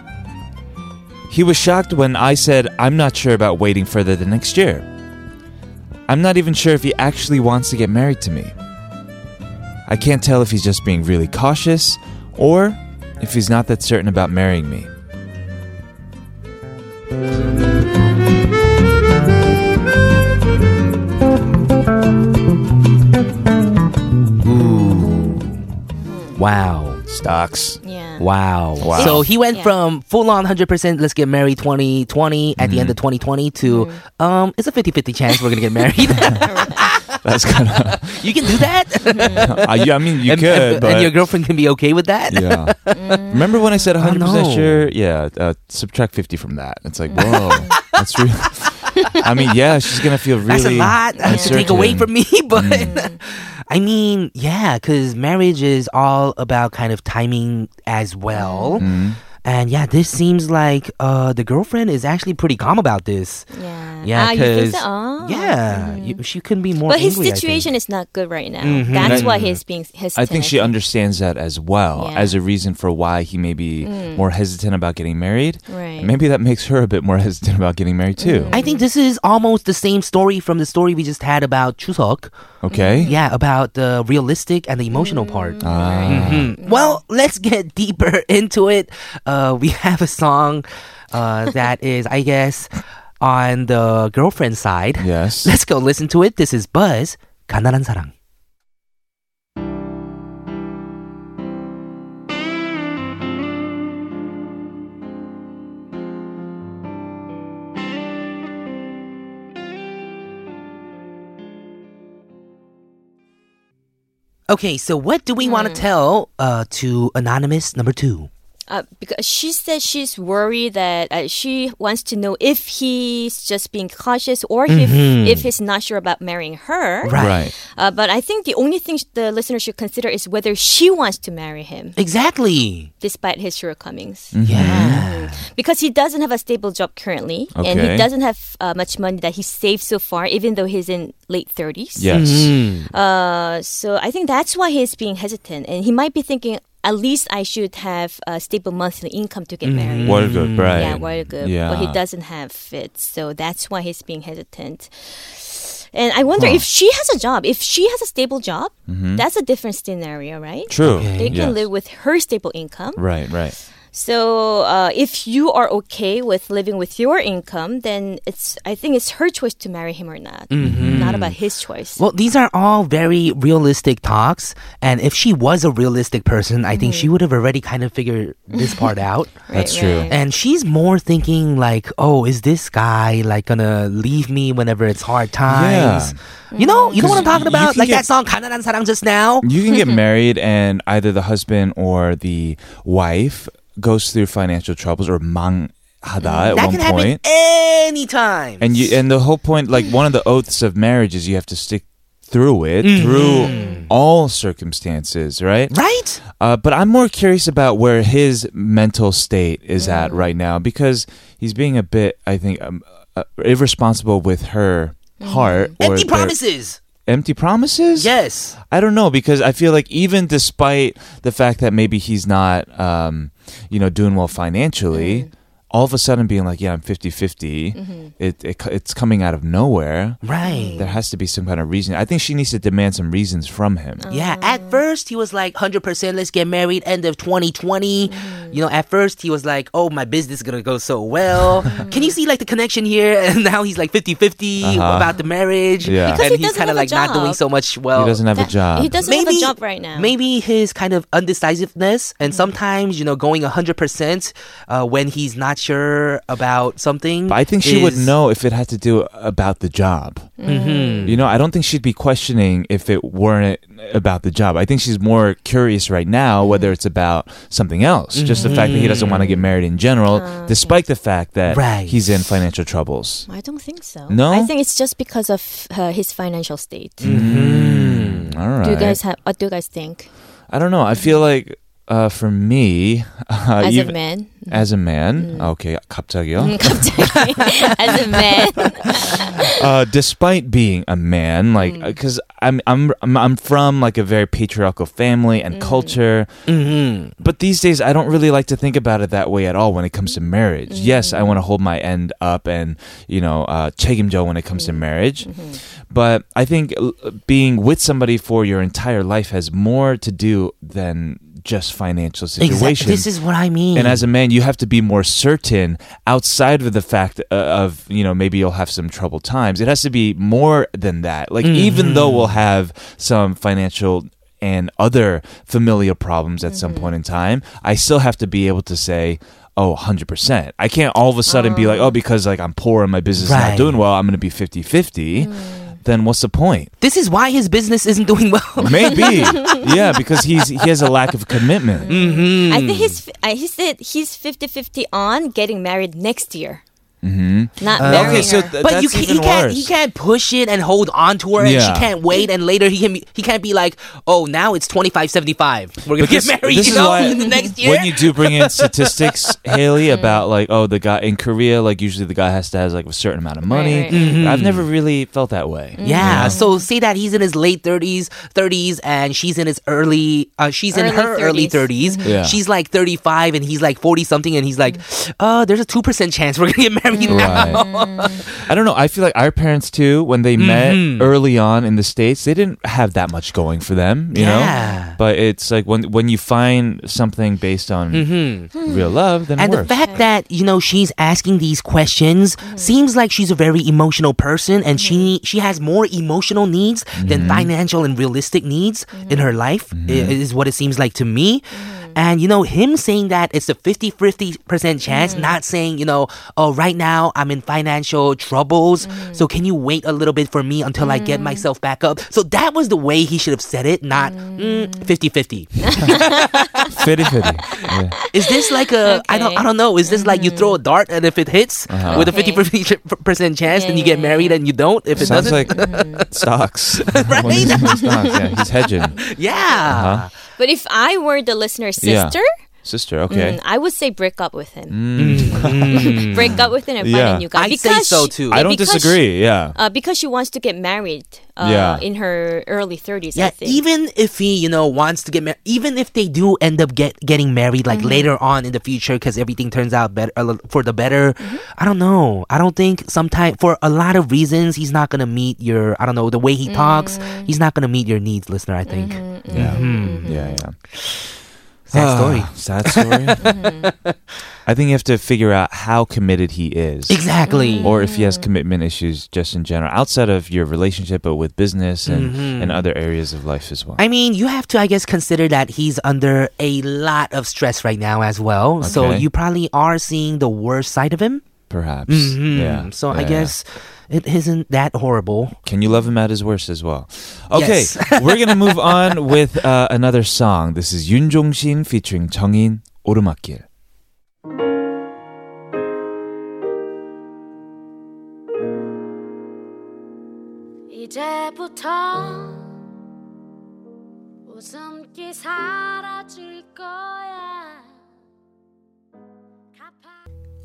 Speaker 2: He was shocked when I said I'm not sure about waiting further than next year. I'm not even sure if he actually wants to get married to me. I can't tell if he's just being really cautious or if he's not that certain about marrying me.
Speaker 1: Wow.
Speaker 2: Stocks.
Speaker 6: yeah.
Speaker 1: Wow.
Speaker 2: Wow.
Speaker 1: So he went
Speaker 6: Yeah.
Speaker 1: from full on 100% let's get married 2020 at the end of 2020 to, um, it's a 50 50 chance we're going to get married.
Speaker 2: That's kind of.
Speaker 1: you can do that?
Speaker 2: I mean, you
Speaker 1: and,
Speaker 2: could,
Speaker 1: and,
Speaker 2: but
Speaker 1: and your Mm. girlfriend can be okay with that?
Speaker 2: yeah. Remember when I said 100
Speaker 1: know.
Speaker 2: percent sure? Yeah. Uh, subtract 50 from that. It's like whoa. that's real. I mean, yeah, she's gonna feel really. Mm.
Speaker 1: That's a lot to take away
Speaker 2: uncertain.
Speaker 1: from me, but I mean, yeah, because marriage is all about kind of timing as well.
Speaker 2: Mm. Mm-hmm.
Speaker 1: And yeah, this seems like uh, the girlfriend is actually pretty calm about this.
Speaker 6: Yeah.
Speaker 1: Yeah,
Speaker 6: ah, you think
Speaker 1: 'cause-
Speaker 6: so? Oh.
Speaker 1: yeah, you- she couldn't be more.
Speaker 6: But his
Speaker 1: angry, I think.
Speaker 6: situation is not good right now.
Speaker 1: Mhm.
Speaker 6: That's
Speaker 2: And I-
Speaker 6: why he's being hesitant.
Speaker 2: I think she understands that as well
Speaker 6: Yeah.
Speaker 2: as a reason for why he may be
Speaker 1: Mm.
Speaker 2: more hesitant about getting married.
Speaker 6: Right.
Speaker 2: Maybe that makes her a bit more hesitant about getting married too.
Speaker 1: Mm. I think this is almost the same story from the story we just had about Chuseok.
Speaker 2: Okay.
Speaker 6: Mm.
Speaker 1: Yeah, about the realistic and the emotional part.
Speaker 6: Mm-hmm.
Speaker 2: Ah.
Speaker 1: Mhm. Well, let's get deeper into it. Uh, we have a song uh, that is, I guess, on the girlfriend side.
Speaker 2: Yes.
Speaker 1: Let's go listen to it. This is Buzz, 가난한 사랑. Okay, so what do we want to tell uh, to anonymous number two?
Speaker 6: uh, because she said she's worried that uh, she wants to know if he's just being cautious or
Speaker 1: Mhm.
Speaker 6: if, if he's not sure about marrying her.
Speaker 1: Right.
Speaker 6: Uh, but I think the only thing sh- the listener should consider is whether she wants to marry him
Speaker 1: Exactly.
Speaker 6: despite his shortcomings.
Speaker 1: Mm. Mm-hmm. Yeah.
Speaker 6: Because he doesn't have a stable job currently and
Speaker 2: Okay.
Speaker 6: he doesn't have uh, much money that he saved so far, even though he's in late 30s.
Speaker 2: Yes.
Speaker 1: Mm.
Speaker 6: Uh, so I think that's why he's being hesitant, and he might be thinking, at least I should have a stable monthly income to get married.
Speaker 2: What a good bride.
Speaker 6: Yeah, what good. But he doesn't have it, so that's why he's being hesitant. And I wonder if she has a job. If she has a stable job, that's a different scenario, right?
Speaker 2: Mm-hmm. True.
Speaker 1: Okay.
Speaker 6: They can
Speaker 2: Yes.
Speaker 6: live with her stable income.
Speaker 2: Right, right.
Speaker 6: So uh, if you are okay with living with your income, then it's I think it's her choice to marry him or not.
Speaker 2: Mm-hmm.
Speaker 6: Not about his choice.
Speaker 1: Well, these are all very realistic talks. And if she was a realistic person, I think she would have already kind of figured this part out.
Speaker 2: That's true.
Speaker 1: And she's more thinking like, oh, is this guy like gonna leave me whenever it's hard times? You know, you know what I'm talking
Speaker 2: you
Speaker 1: about?
Speaker 2: can
Speaker 1: Like that
Speaker 2: get-
Speaker 1: song 가난한 사랑 just now.
Speaker 2: You can get married, and either the husband or the wife goes through financial troubles or manghada at
Speaker 1: That
Speaker 2: one
Speaker 1: can happen
Speaker 2: point.
Speaker 1: anytime.
Speaker 2: And you and the whole point, like one of the oaths of marriage, is you have to stick through it through all circumstances, right?
Speaker 1: right?
Speaker 2: Uh, but I'm more curious about where his mental state is at right now because he's being a bit, I think, um, uh, irresponsible with her heart. or
Speaker 1: Empty
Speaker 2: their-
Speaker 1: promises.
Speaker 2: Empty promises.
Speaker 1: Yes.
Speaker 2: I don't know because I feel like even despite the fact that maybe he's not, um, you know, doing well financially, all of a sudden being like, yeah, I'm 50 50, it, it, co- it's coming out of nowhere.
Speaker 1: Right.
Speaker 2: There has to be some kind of reason. I think she needs to demand some reasons from him.
Speaker 1: Yeah,
Speaker 2: Mm.
Speaker 1: at first he was like 100% let's get married end of 2020.
Speaker 2: Mm.
Speaker 1: You know, at first he was like, "Oh, my business is going to go so well." Can you see like the connection here? And now he's like 50/50
Speaker 2: Uh-huh.
Speaker 1: about the marriage.
Speaker 2: Yeah.
Speaker 1: and
Speaker 2: Because
Speaker 6: he
Speaker 1: he's
Speaker 6: doesn't
Speaker 1: kind of
Speaker 6: have a
Speaker 1: like not doing
Speaker 6: job.
Speaker 1: so much well.
Speaker 2: He doesn't have a
Speaker 6: That-
Speaker 2: job. Mm.
Speaker 6: He doesn't have a job right now.
Speaker 1: Maybe his kind of undecisiveness, and sometimes you know, going hundred percent uh, when he's not sure about something.
Speaker 2: But I think she would
Speaker 1: is-
Speaker 2: know if it had to do about the job. Mm-hmm. You know, I don't think she'd be questioning if it weren't about the job. I think she's more curious right
Speaker 6: Mm-hmm.
Speaker 2: now whether it's about something else. Just the fact that he doesn't want to get married in general,
Speaker 6: Ah,
Speaker 2: despite the fact that
Speaker 1: Right.
Speaker 2: he's in financial troubles.
Speaker 6: I don't think so.
Speaker 2: No?
Speaker 6: I think it's just because of uh, his financial state.
Speaker 2: All right.
Speaker 6: Do you guys have? What do you guys think?
Speaker 2: I don't know. I feel like uh, for me, uh,
Speaker 6: As
Speaker 2: even-
Speaker 6: a man, Mm-hmm.
Speaker 2: as a man, okay, 갑자기요.
Speaker 6: 갑자기. as a man,
Speaker 2: uh, despite being a man, like because I'm, I'm I'm I'm from like a very patriarchal family and culture.
Speaker 1: Mhm.
Speaker 2: But these days, I don't really like to think about it that way at all when it comes to marriage. Yes, I want to hold my end up and you know uh, 책임져 when it comes to marriage. But I think uh, being with somebody for your entire life has more to do than just financial
Speaker 1: Exactly.
Speaker 2: situation.
Speaker 1: This is what I mean.
Speaker 2: And as a man, you have to be more certain outside of the fact uh, of, you know, maybe you'll have some troubled times. It has to be more than that. Like,
Speaker 1: Mm-hmm.
Speaker 2: even though we'll have some financial and other familial problems at
Speaker 1: Mm-hmm.
Speaker 2: some point in time, I still have to be able to say, Oh, 100%. I can't all of a sudden be like, oh, because like I'm poor and my business is
Speaker 1: Right. Mm.
Speaker 2: not doing well, I'm going to be 50 50. Then what's the point?
Speaker 1: this is why his business isn't doing well.
Speaker 2: Maybe. yeah, because he's he has a lack of commitment.
Speaker 1: Mm-hmm.
Speaker 2: Hmm.
Speaker 6: I think he's. f- I, he said he's 50-50 on getting married next year. Mm-hmm. Not marrying
Speaker 2: Uh, Okay, so
Speaker 6: her.
Speaker 2: th-
Speaker 1: But
Speaker 2: that's
Speaker 1: you can,
Speaker 2: even
Speaker 1: he can't
Speaker 2: worse.
Speaker 1: he can't push it and hold on to her, and
Speaker 2: Yeah.
Speaker 1: she can't wait, and later he can be, he can't be like, oh, now it's twenty five seventy five. We're gonna
Speaker 2: But
Speaker 1: get
Speaker 2: this-
Speaker 1: married,
Speaker 2: this
Speaker 1: you
Speaker 2: is
Speaker 1: know,
Speaker 2: why-
Speaker 1: in the next year.
Speaker 2: When you do bring in statistics, Haley,
Speaker 6: Mm-hmm.
Speaker 2: about like, oh, the guy in Korea, like usually the guy has to have like a certain amount of money.
Speaker 6: Right, right, right. Mm-hmm.
Speaker 2: I've never really felt that way.
Speaker 1: Mm-hmm. yeah, so say that he's in his late thirties, thirties, and she's in his early, uh, she's in
Speaker 6: Early
Speaker 1: her early
Speaker 6: 30s.
Speaker 1: thirties.
Speaker 2: Mm-hmm. Yeah.
Speaker 1: She's like thirty five, and he's like forty something, and he's like, uh, there's a two percent chance we're gonna get married
Speaker 2: Right.
Speaker 1: now.
Speaker 6: Mm-hmm.
Speaker 2: I don't know. I feel like our parents too, when they
Speaker 1: Mm-hmm.
Speaker 2: met early on in the states, they didn't have that much going for them, you
Speaker 1: Yeah.
Speaker 2: know. But it's like when when you find something based on real love, then
Speaker 1: Mm-hmm. And
Speaker 2: it
Speaker 1: the
Speaker 2: works.
Speaker 1: fact that you know she's asking these questions seems like she's a very emotional person, and she she has more emotional needs than financial and realistic needs in her life. i- Is what it seems like to me. And you know him saying that it's a 50-50% chance, not saying you know, oh, right now I'm in financial troubles, so can you wait a little bit for me until I get myself back up? So that was the way he should have said it, not mm, 50-50.
Speaker 2: fitty fitty. Yeah.
Speaker 1: Is this like a I don't I
Speaker 6: Okay. Mm-hmm.
Speaker 1: don't know. Is this like you throw a dart and if it hits with a fifty
Speaker 6: Okay.
Speaker 1: percent chance, then you
Speaker 6: Yeah,
Speaker 1: get married and you don't. If it
Speaker 2: Sounds
Speaker 1: doesn't,
Speaker 2: like stocks. Right? stocks. Yeah, he's hedging.
Speaker 1: Mm. yeah.
Speaker 6: But if I were the listener's
Speaker 2: Yeah.
Speaker 6: sister,
Speaker 2: Sister, okay. Mm.
Speaker 6: mm, I would say break up with
Speaker 1: Mm.
Speaker 6: him. break up with him and find
Speaker 2: Yeah.
Speaker 6: a new guy.
Speaker 1: I'd say so
Speaker 6: she-
Speaker 1: too.
Speaker 2: I don't
Speaker 6: because she-
Speaker 2: disagree. Yeah.
Speaker 6: uh, because she wants to get married uh,
Speaker 2: Yeah.
Speaker 6: in her early 30s,
Speaker 1: Yeah,
Speaker 6: I think.
Speaker 1: even if he, you know, wants to get married, even if they do end up get getting married, like
Speaker 6: Mm-hmm.
Speaker 1: later on in the future, because everything turns out better a lo- for the better. I
Speaker 6: Mm-hmm.
Speaker 1: don't know. I don't think sometime for a lot of reasons he's not gonna meet your. I don't know the way he
Speaker 6: Mm. Mm-hmm. Uh-uh.
Speaker 1: Mm-hmm. talks. He's not gonna meet your needs, listener. I think.
Speaker 2: Yeah. Yeah, yeah.
Speaker 1: Sad
Speaker 2: Ah,
Speaker 1: story.
Speaker 2: Sad story.
Speaker 1: Mm-hmm.
Speaker 2: I think you have to figure out how committed he is.
Speaker 1: Exactly.
Speaker 2: Or if he has commitment issues just in general, outside of your relationship, but with business and, and other areas of life as well.
Speaker 1: Mm-hmm. I mean, you have to, I guess, consider that he's under a lot of stress right now as well. So
Speaker 2: Okay.
Speaker 1: you probably are seeing the worst side of him.
Speaker 2: Perhaps.
Speaker 1: Mhm.
Speaker 2: Yeah.
Speaker 1: So I
Speaker 2: Yeah, yeah.
Speaker 1: guess it isn't that horrible.
Speaker 2: Can you love him at his worst as well? Okay,
Speaker 1: Yes.
Speaker 2: we're gonna move on with uh, another song. This is Yun Jong Shin featuring 정인 오르막길.
Speaker 3: 이제부터 웃음기 사라질 거야.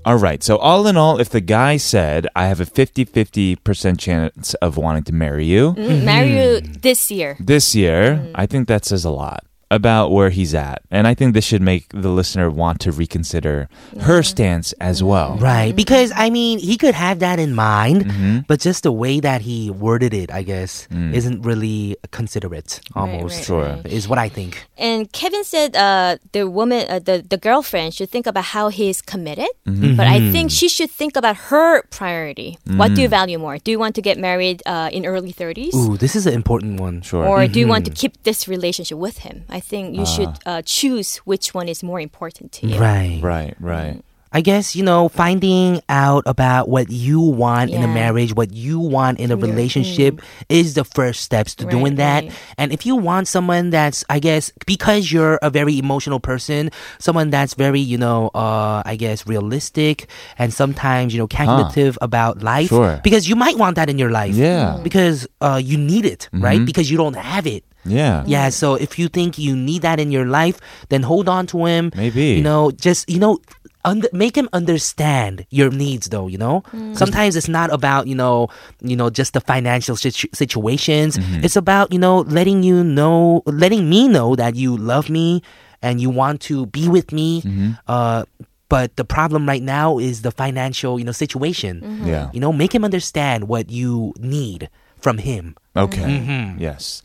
Speaker 2: All right. So all in all, if the guy said, "I have a 50-50% chance of wanting to marry you,"
Speaker 6: Mm, Marry you
Speaker 2: Mm.
Speaker 6: this year.
Speaker 2: this year,
Speaker 6: Mm-hmm.
Speaker 2: I think that says a lot about where he's at. And I think this should make the listener want to reconsider
Speaker 6: Mm-hmm.
Speaker 2: her stance as well.
Speaker 1: Right. Because, I mean, he could have that in mind,
Speaker 2: Mm-hmm.
Speaker 1: but just the way that he worded it, I guess, isn't really considerate almost.
Speaker 2: Mm. Sure.
Speaker 1: Is what I think.
Speaker 6: And Kevin said uh, the woman, uh, the, the girlfriend should think about how he is committed.
Speaker 1: Mm-hmm.
Speaker 6: But I think she should think about her priority. What do you value more? Do you want to get married uh, in early 30s?
Speaker 1: Mm-hmm. Ooh, this is an important one.
Speaker 2: Sure.
Speaker 6: Or do you want to keep this relationship with him? I think you should uh, choose which one is more important to you.
Speaker 1: Ah. Right.
Speaker 2: right, right.
Speaker 6: Mm-hmm.
Speaker 1: I guess, you know, finding out about what you want in a
Speaker 6: Yeah.
Speaker 1: marriage, what you want in a relationship is the first steps to doing
Speaker 6: Right,
Speaker 1: that.
Speaker 6: right.
Speaker 1: And if you want someone that's, I guess, because you're a very emotional person, someone that's very, you know, uh, I guess, realistic and sometimes, you know, calculative about life,
Speaker 2: Sure.
Speaker 1: because you might want that in your life.
Speaker 2: Yeah.
Speaker 6: Mm.
Speaker 2: Mm-hmm.
Speaker 1: Because uh, you need it, right? Because you don't have it.
Speaker 2: Yeah.
Speaker 1: Yeah, so if you think you need that in your life, then hold on to him.
Speaker 2: Maybe.
Speaker 1: You know, just, you know, under, make him understand your needs though, you know? Sometimes it's not about, you know, you know, just the financial situ- situations. It's about, you know, letting you know, letting me know that you love me and you want to be with me. Uh but the problem right now is the financial, you know, situation.
Speaker 2: Yeah.
Speaker 1: You know, make him understand what you need from him.
Speaker 2: Okay.
Speaker 1: Mm-hmm.
Speaker 2: Yes.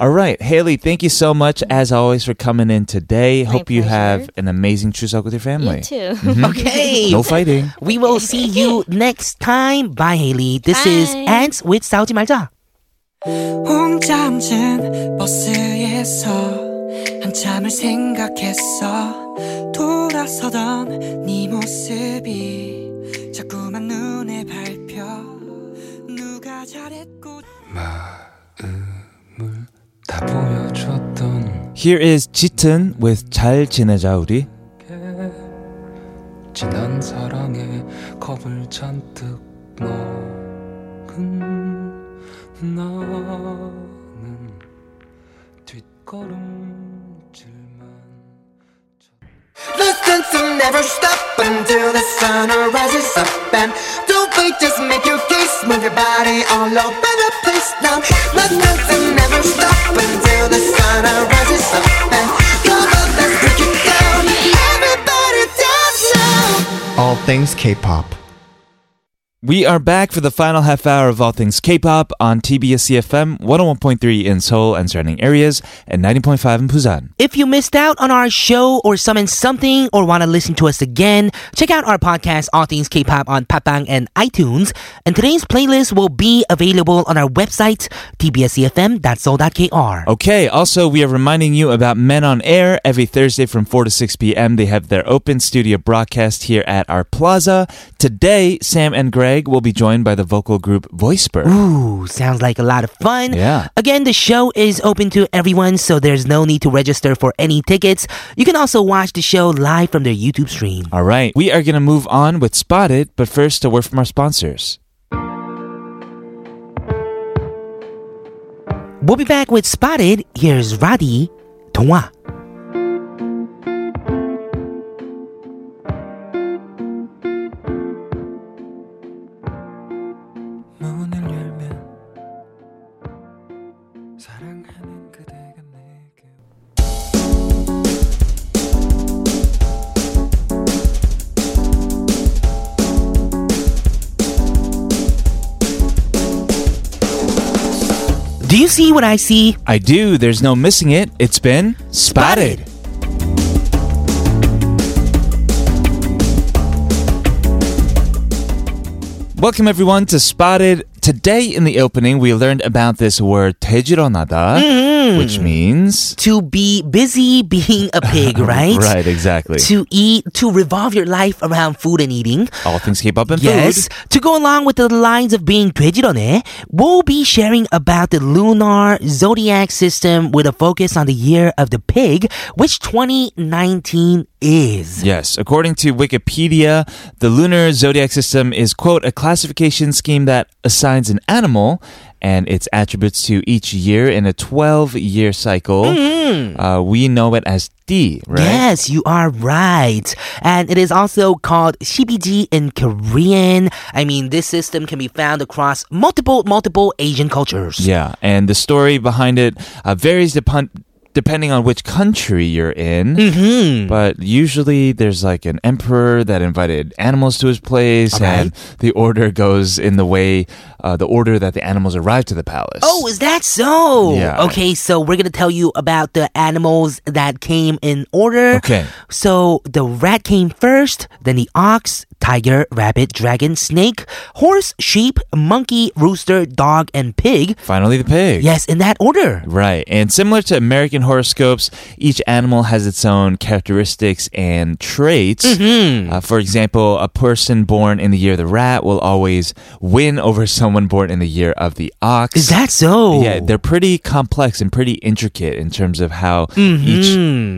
Speaker 2: All right, Haley. Thank you so much as always for coming in today. Hope you
Speaker 6: Mm-hmm. pleasure.
Speaker 2: have an amazing Chuseok with your
Speaker 6: You
Speaker 2: family.
Speaker 6: too.
Speaker 1: Mm-hmm. Okay.
Speaker 2: No fighting.
Speaker 1: We will see you next time. Bye, Haley. This is
Speaker 6: Bye.
Speaker 1: Ants with 싸우지 말자.
Speaker 4: 혼자 앉은 버스에서 한참을 생각했어 돌아서던 네 모습이 자꾸만 눈에 밟혀 누가 잘했고 마음을 다 보여줬던
Speaker 2: Here is Jitten with 잘 지내자 우리.
Speaker 4: 게 지난 사랑에 겁을 잔뜩 먹은 나는 뒷걸음질만
Speaker 8: Listen to never stop until the sun rises up and don't wait, just make your case, move your body all over the place now. Listen to never stop until the sun rises up and come on, let's break it down. Everybody dance now. All things K-pop.
Speaker 2: We are back for the final half hour of all things K-pop on TBS CFM 101.3 in Seoul and surrounding areas and 90.5 in Busan.
Speaker 1: If you missed out on our show or summon something or want to listen to us again, check out our podcast All Things K-pop on Papang and iTunes. And today's playlist will be available on our website E tbscfm.soul.kr.
Speaker 2: Okay, also we are reminding you about Men on Air every Thursday from 4 to 6 p.m. They have their open studio broadcast here at our plaza. Today, Sam and Greg will be joined by the vocal group Voiceberg.
Speaker 1: Ooh, sounds like a lot of fun.
Speaker 2: Yeah.
Speaker 1: Again, the show is open to everyone, so there's no need to register for any tickets. You can also watch the show live from their YouTube stream.
Speaker 2: All right, we are going to move on with Spotted, but first a word from our sponsors.
Speaker 1: We'll be back with Spotted. Here's Roddy Tongwa.
Speaker 4: 문을 열면 사랑하는 그대가 내게
Speaker 1: Do you see what I see?
Speaker 2: I do, there's no missing it. It's been Spotted. Welcome everyone to Spotted. Today in the opening, we learned about this word 대지런하다,
Speaker 1: Mm-hmm.
Speaker 2: which means
Speaker 1: To be busy being a pig, right?
Speaker 2: right, exactly.
Speaker 1: To eat, to revolve your life around food and eating.
Speaker 2: All things K-pop and
Speaker 1: Yes.
Speaker 2: food.
Speaker 1: To go along with the lines of being 돼지런해, we'll be sharing about the lunar zodiac system with a focus on the year of the pig, which 2019 is.
Speaker 2: Yes, according to Wikipedia, the lunar zodiac system is quote a classification scheme that assigns an animal and its attributes to each year in a 12-year cycle. Uh, we know it as Ti, right?
Speaker 1: Mm-hmm. Yes, you are right. And it is also called CBG in Korean. I mean, this system can be found across multiple, multiple Asian cultures.
Speaker 2: Yeah, and the story behind it uh, varies upon depending on which country you're in. Mm-hmm. But usually there's like an emperor that invited animals to his place, and the order goes in the way, uh, the order that the animals arrive to the palace.
Speaker 1: Oh, is that so?
Speaker 2: Yeah.
Speaker 1: Okay, so we're gonna tell you about the animals that came in order.
Speaker 2: Okay.
Speaker 1: So the rat came first, then the ox, tiger, rabbit, dragon, snake, horse, sheep, monkey, rooster, dog, and pig.
Speaker 2: finally the pig.
Speaker 1: Yes, in that order.
Speaker 2: Right. And similar to American horoscopes, each animal has its own characteristics and traits.
Speaker 1: Mm-hmm.
Speaker 2: Uh, for example, a person born in the year of the rat will always win over someone born in the year of the ox.
Speaker 1: Is that so?
Speaker 2: Yeah, they're pretty complex and pretty intricate in terms of how each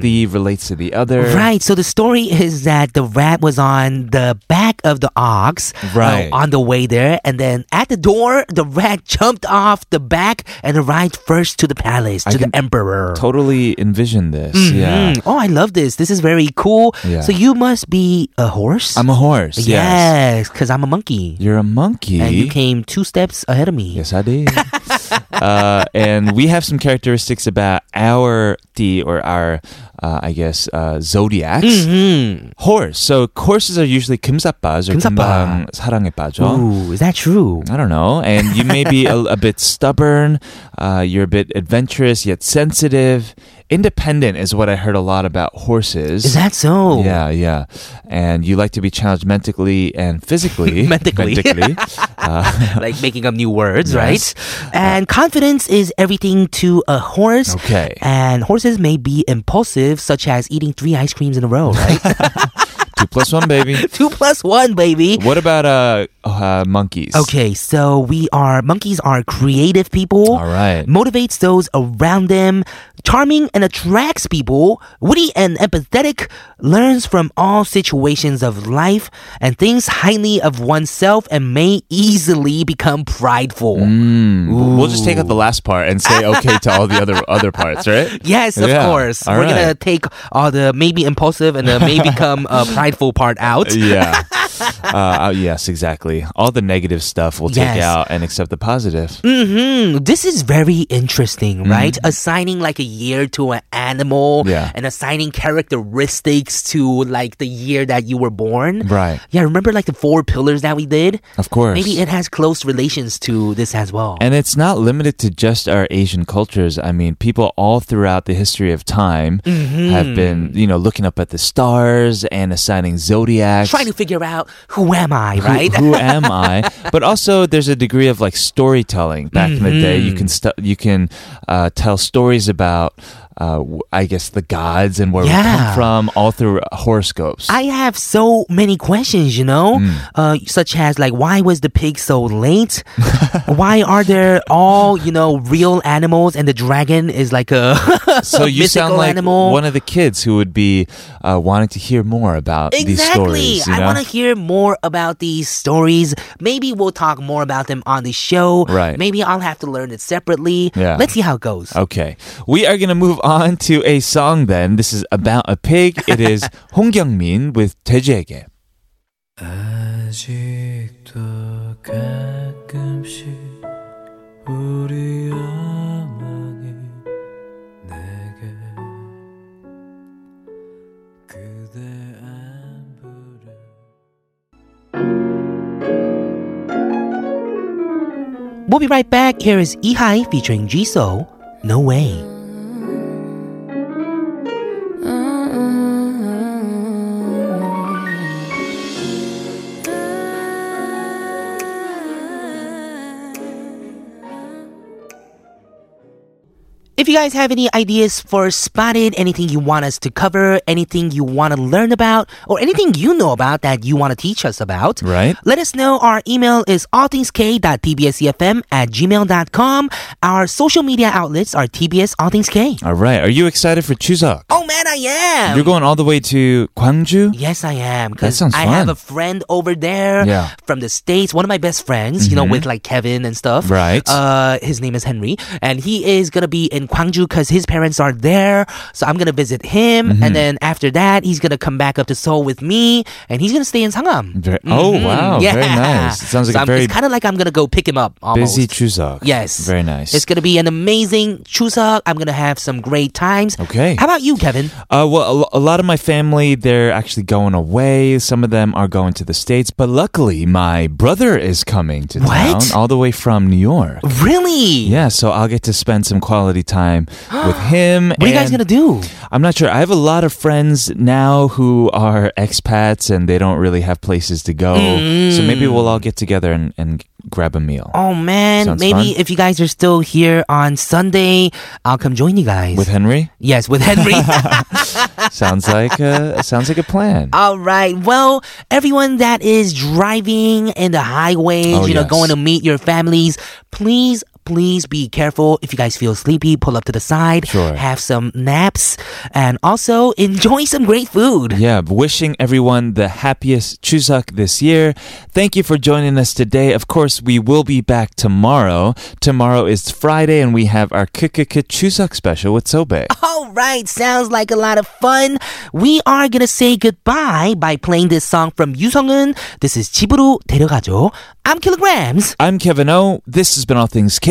Speaker 2: thief relates to the other.
Speaker 1: Mm-hmm. Right, so the story is that the rat was on the back of the ox uh,
Speaker 2: Right.
Speaker 1: on the way there, and then at the door, the rat jumped off the back and arrived first to the palace,
Speaker 2: I
Speaker 1: to the
Speaker 2: can
Speaker 1: emperor.
Speaker 2: Totally envision this. Yeah.
Speaker 1: Mm. Oh, I love this. This is very cool.
Speaker 2: Yeah.
Speaker 1: So you must be a horse?
Speaker 2: I'm a horse. Yes.
Speaker 1: Yes, because I'm a monkey.
Speaker 2: You're a monkey.
Speaker 1: And you came two steps ahead of me.
Speaker 2: Yes, I did. uh, and we have some characteristics about our D or our, uh, I guess, uh, zodiacs.
Speaker 1: Mm-hmm.
Speaker 2: Horse. So horses are usually 금사빠s or um,
Speaker 1: 금사빠.
Speaker 2: 금방 사랑에 빠져.
Speaker 1: Ooh, is that true?
Speaker 2: I don't know. And you may be a, a bit stubborn. Uh, you're a bit adventurous yet sensitive. Independent is what I heard a lot about horses.
Speaker 1: Is that so?
Speaker 2: Yeah, yeah. And you like to be challenged mentally and physically.
Speaker 1: Mentally.
Speaker 2: Mentally. uh,
Speaker 1: Like making up new words,
Speaker 2: Yes.
Speaker 1: right? And confidence is everything to a horse.
Speaker 2: okay.
Speaker 1: And horses may be impulsive, such as eating three ice creams in a row, right?
Speaker 2: Two plus one, baby.
Speaker 1: Two plus one, baby.
Speaker 2: What about uh, uh monkeys?
Speaker 1: Okay, so we are monkeys are creative people.
Speaker 2: All right.
Speaker 1: Motivates those around them, charming and attracts people, witty and empathetic, learns from all situations of life and thinks highly of oneself and may easily become prideful.
Speaker 2: Mm, We'll just take out the last part and say okay to all the other other parts, right?
Speaker 1: Yes, of
Speaker 2: Yeah,
Speaker 1: course.
Speaker 2: all
Speaker 1: We're gonna
Speaker 2: right.
Speaker 1: take all the maybe impulsive and the may become uh, prideful part out.
Speaker 2: Yeah. Uh, uh, yes, exactly. All the negative stuff we'll
Speaker 1: Yes.
Speaker 2: take out and accept the positive.
Speaker 1: hmm This is very interesting,
Speaker 2: Mm-hmm.
Speaker 1: right? Assigning like a year to an animal
Speaker 2: Yeah.
Speaker 1: and assigning characteristics to like the year that you were born.
Speaker 2: Right.
Speaker 1: Yeah, remember like the four pillars that we did?
Speaker 2: Of course.
Speaker 1: Maybe it has close relations to this as well.
Speaker 2: and it's not limited to just our Asian cultures. I mean, people all throughout the history of time have been, you know, looking up at the stars and assigning zodiacs.
Speaker 1: Trying to figure out who am I,
Speaker 2: Who-
Speaker 1: right?
Speaker 2: Who, am I? But also, there's a degree of like storytelling. Back in
Speaker 1: Mm-hmm.
Speaker 2: the day, you can stu- you can uh, tell stories about, uh, w- I guess, the gods and where we
Speaker 1: Yeah.
Speaker 2: come from, all through horoscopes.
Speaker 1: I have so many questions, you know,
Speaker 2: Hmm.
Speaker 1: uh, such as like, why was the pig so late? why are there all, you know, real animals and the dragon is like a
Speaker 2: so you
Speaker 1: mythical
Speaker 2: sound like
Speaker 1: animal?
Speaker 2: one of the kids who would be uh, wanting to hear more about these
Speaker 1: Exactly.
Speaker 2: stories. You
Speaker 1: I
Speaker 2: know?
Speaker 1: want to hear more about these stories. Maybe we'll talk more about them on the show.
Speaker 2: Right.
Speaker 1: Maybe I'll have to learn it separately.
Speaker 2: Yeah.
Speaker 1: Let's see how it goes.
Speaker 2: Okay. We are going to move on to a song then. This is about a pig. It is Hong Kyung-min with 돼지에게.
Speaker 4: 아직도 가끔씩 우리 어머니 내게 그대 안부를
Speaker 1: We'll be right back. Here is Ihai featuring Jisoo. No way.
Speaker 3: 음.
Speaker 1: If you guys have any ideas for Spotted, anything you want us to cover, anything you want to learn about, or anything you know about that you want to teach us about,
Speaker 2: Right.
Speaker 1: let us know. Our email is allthingsk.tbscfm E at gmail.com. Our social media outlets are TBS All Things K.
Speaker 2: All right. Are you excited for Chuseok?
Speaker 1: Oh man, I am!
Speaker 2: You're going all the way to Gwangju?
Speaker 1: Yes, I am. Because
Speaker 2: sounds
Speaker 1: I have
Speaker 2: fun.
Speaker 1: a friend over there
Speaker 2: Yeah. Mm-hmm.
Speaker 1: from the States, one of my best friends, you know, with like Kevin and stuff.
Speaker 2: Right.
Speaker 1: Uh, his name is Henry. And he is going to be in Gwangju because his parents are there. So I'm going to visit him.
Speaker 2: Mm-hmm.
Speaker 1: And then after that, he's going to come back up to Seoul with me. And he's going to stay in Sangam. Mm-hmm.
Speaker 2: Very- oh, wow.
Speaker 1: Yeah.
Speaker 2: Very nice. It sounds like
Speaker 1: So
Speaker 2: a
Speaker 1: I'm-
Speaker 2: very
Speaker 1: It's kind of like I'm going to go pick him up almost.
Speaker 2: busy Chuseok.
Speaker 1: Yes.
Speaker 2: Very nice.
Speaker 1: It's going to be an amazing Chuseok. I'm going to have some great times.
Speaker 2: Okay.
Speaker 1: How about you, Kevin?
Speaker 2: Uh, well, a, lo- a lot of my family, they're actually going away. Some of them are going to the States. But luckily, my brother is coming to
Speaker 1: What?
Speaker 2: town all the way from New York.
Speaker 1: Really?
Speaker 2: Yeah, so I'll get to spend some quality time with him.
Speaker 1: What are you guys going to do?
Speaker 2: I'm not sure. I have a lot of friends now who are expats and they don't really have places to go. So maybe
Speaker 1: Mm.
Speaker 2: we'll all get together and, and grab a meal
Speaker 1: Oh man,
Speaker 2: Sounds
Speaker 1: maybe
Speaker 2: fun.
Speaker 1: if you guys are still here on Sunday, I'll come join you guys.
Speaker 2: with Henry.
Speaker 1: yes, with Henry.
Speaker 2: sounds like a, sounds like a plan.
Speaker 1: All right. Well, everyone that is driving in the highways,
Speaker 2: Oh,
Speaker 1: you know,
Speaker 2: yes.
Speaker 1: going to meet your families, please, please be careful. If you guys feel sleepy, pull up to the side,
Speaker 2: Sure.
Speaker 1: have some naps, and also enjoy some great food.
Speaker 2: Yeah, but wishing everyone the happiest Chuseok this year. Thank you for joining us today. Of course, we will be back tomorrow. Tomorrow is Friday, and we have our KKK Chuseok special with Sobe.
Speaker 1: All right, sounds like a lot of fun. We are gonna say goodbye by playing this song from 유성은. This is 집으로 데려가죠. I'm Kilograms,
Speaker 2: I'm Kevin O. This has been All Things